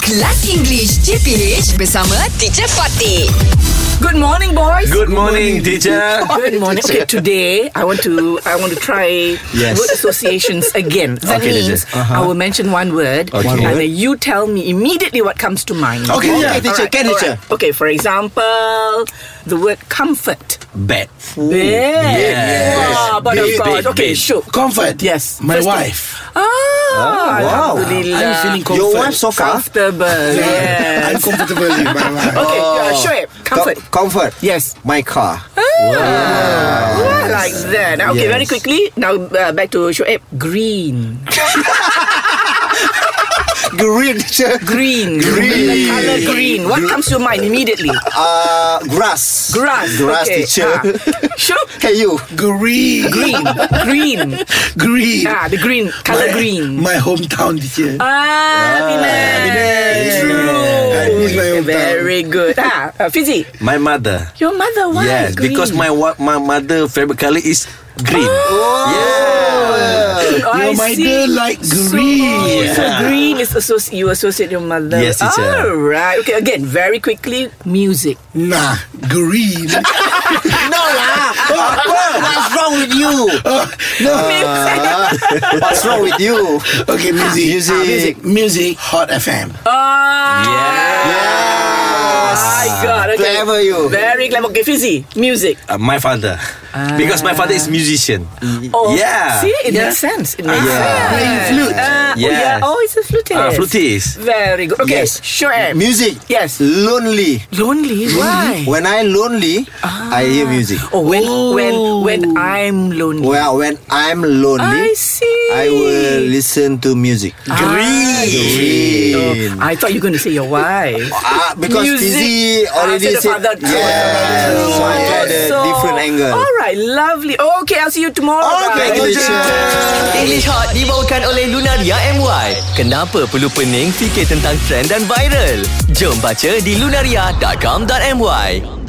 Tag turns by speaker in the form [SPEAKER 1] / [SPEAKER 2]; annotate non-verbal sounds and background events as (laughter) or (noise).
[SPEAKER 1] Kelas English CPH bersama Teacher Fatih.
[SPEAKER 2] Good morning, boys.
[SPEAKER 3] Good morning, teacher.
[SPEAKER 2] Good morning. Okay, today I want to I want to try
[SPEAKER 3] Yes.
[SPEAKER 2] word associations again. That
[SPEAKER 3] Okay, teacher.
[SPEAKER 2] means I will mention one word,
[SPEAKER 3] Okay. One
[SPEAKER 2] and
[SPEAKER 3] word.
[SPEAKER 2] then you tell me immediately what comes to mind.
[SPEAKER 3] Okay, teacher. Teacher,
[SPEAKER 2] alright,
[SPEAKER 3] can
[SPEAKER 2] alright.
[SPEAKER 3] teacher?
[SPEAKER 2] Okay, for example, the word comfort.
[SPEAKER 3] Bed.
[SPEAKER 2] Bed.
[SPEAKER 3] yes.
[SPEAKER 2] Wow, Ah, but of
[SPEAKER 3] Bed,
[SPEAKER 2] course,
[SPEAKER 3] bed,
[SPEAKER 2] okay,
[SPEAKER 3] bed.
[SPEAKER 2] sure.
[SPEAKER 4] Comfort.
[SPEAKER 2] Yes,
[SPEAKER 4] My
[SPEAKER 2] first of-
[SPEAKER 4] wife.
[SPEAKER 2] Ah,
[SPEAKER 3] Oh, wow.
[SPEAKER 2] Alhamdulillah.
[SPEAKER 4] I'm feeling comfort.
[SPEAKER 5] Your wife so far?
[SPEAKER 2] comfortable. yes.
[SPEAKER 3] (laughs)
[SPEAKER 4] I'm comfortable with my wife.
[SPEAKER 2] Okay, yeah, sure. (laughs)
[SPEAKER 3] Oh.
[SPEAKER 2] Comfort.
[SPEAKER 5] Com- comfort.
[SPEAKER 2] Yes.
[SPEAKER 5] My car.
[SPEAKER 2] (laughs) Yeah, like that. Now, Okay,
[SPEAKER 5] Yes.
[SPEAKER 2] very quickly. Now uh, back to Shoaib. Green.
[SPEAKER 5] Green. teacher.
[SPEAKER 2] Green.
[SPEAKER 5] Green.
[SPEAKER 2] The color green. What comes to mind immediately?
[SPEAKER 5] Uh, grass.
[SPEAKER 2] Grass.
[SPEAKER 5] Grass,
[SPEAKER 2] okay.
[SPEAKER 5] teacher.
[SPEAKER 2] Ah. Sure.
[SPEAKER 5] Can you?
[SPEAKER 4] Green.
[SPEAKER 2] Green. Green.
[SPEAKER 4] Green.
[SPEAKER 2] Ah, the green. Color green.
[SPEAKER 4] My hometown teacher.
[SPEAKER 2] Ah, Penang.
[SPEAKER 4] I miss my hometown.
[SPEAKER 2] Very good. Ah, uh, Fizi,
[SPEAKER 3] My mother.
[SPEAKER 2] your mother why
[SPEAKER 3] yes,
[SPEAKER 2] green?
[SPEAKER 3] because my wa- my mother favorite color is green.
[SPEAKER 2] Oh, I
[SPEAKER 4] Your mother
[SPEAKER 2] see.
[SPEAKER 4] like green.
[SPEAKER 2] So, so green is associ- you associate your mother.
[SPEAKER 3] Yes, teacher.
[SPEAKER 2] All right. Okay. Again, very quickly, music.
[SPEAKER 4] Nah,
[SPEAKER 2] (laughs)
[SPEAKER 4] green.
[SPEAKER 5] No lah. What's wrong with you?
[SPEAKER 4] no.
[SPEAKER 5] Uh, what's wrong with you?
[SPEAKER 4] Okay, music.
[SPEAKER 5] Music.
[SPEAKER 4] music. Music. Hot FM.
[SPEAKER 2] Ah,
[SPEAKER 5] Yes.
[SPEAKER 2] my God. Okay.
[SPEAKER 5] Clever you.
[SPEAKER 2] Very clever. Okay, Fizzy, music.
[SPEAKER 3] Uh, my father. Because my father is musician.
[SPEAKER 2] Ah. Oh,
[SPEAKER 3] Yeah.
[SPEAKER 2] See, it
[SPEAKER 3] Yeah.
[SPEAKER 2] makes sense. It makes sense.
[SPEAKER 4] Playing flute.
[SPEAKER 2] Uh, oh,
[SPEAKER 3] Yes.
[SPEAKER 2] yeah. Oh, it's a flutist.
[SPEAKER 3] Uh, flutist.
[SPEAKER 2] Very good. Okay,
[SPEAKER 5] Yes.
[SPEAKER 2] sure.
[SPEAKER 5] Music.
[SPEAKER 2] Yes.
[SPEAKER 5] Lonely.
[SPEAKER 2] Lonely. Why?
[SPEAKER 5] When I lonely, I hear music.
[SPEAKER 2] Oh, when when when I'm lonely.
[SPEAKER 5] Well, when I'm
[SPEAKER 2] I
[SPEAKER 5] lonely,
[SPEAKER 2] see. Ah.
[SPEAKER 5] I will listen to music. Green.
[SPEAKER 2] Oh, I thought you were going to say your wife.
[SPEAKER 5] Ah, because
[SPEAKER 2] Music.
[SPEAKER 5] Fizzy
[SPEAKER 2] Ah,
[SPEAKER 5] already
[SPEAKER 2] so the
[SPEAKER 5] said,
[SPEAKER 2] father- Oh,
[SPEAKER 5] yeah, so I had a
[SPEAKER 2] So- Oh,
[SPEAKER 5] different angle.
[SPEAKER 2] All right, lovely. Oh, okay, I'll see you tomorrow.
[SPEAKER 5] Okay,
[SPEAKER 2] guys.
[SPEAKER 5] teacher.
[SPEAKER 6] English Hot dibawakan oleh Lunaria MY. Kenapa perlu pening fikir tentang trend dan viral? Jom baca di lunaria.com.my.